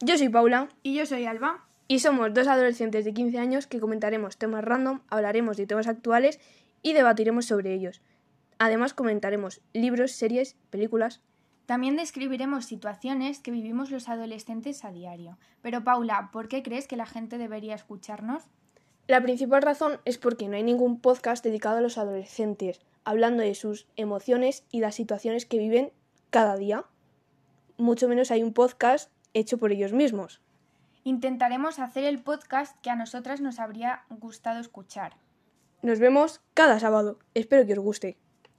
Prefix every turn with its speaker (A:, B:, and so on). A: Yo soy Paula
B: Y yo soy Alba.
A: y somos dos adolescentes de 15 años que comentaremos temas random, hablaremos de temas actuales y debatiremos sobre ellos. Además comentaremos libros, series, películas.
B: También describiremos situaciones que vivimos los adolescentes a diario. Pero Paula, ¿por qué crees que la gente debería escucharnos?
A: La principal razón es porque no hay ningún podcast dedicado a los adolescentes, hablando de sus emociones y las situaciones que viven cada día. Mucho menos hay un podcast hecho por ellos mismos.
B: Intentaremos hacer el podcast que a nosotras nos habría gustado escuchar.
A: Nos vemos cada sábado. Espero que os guste.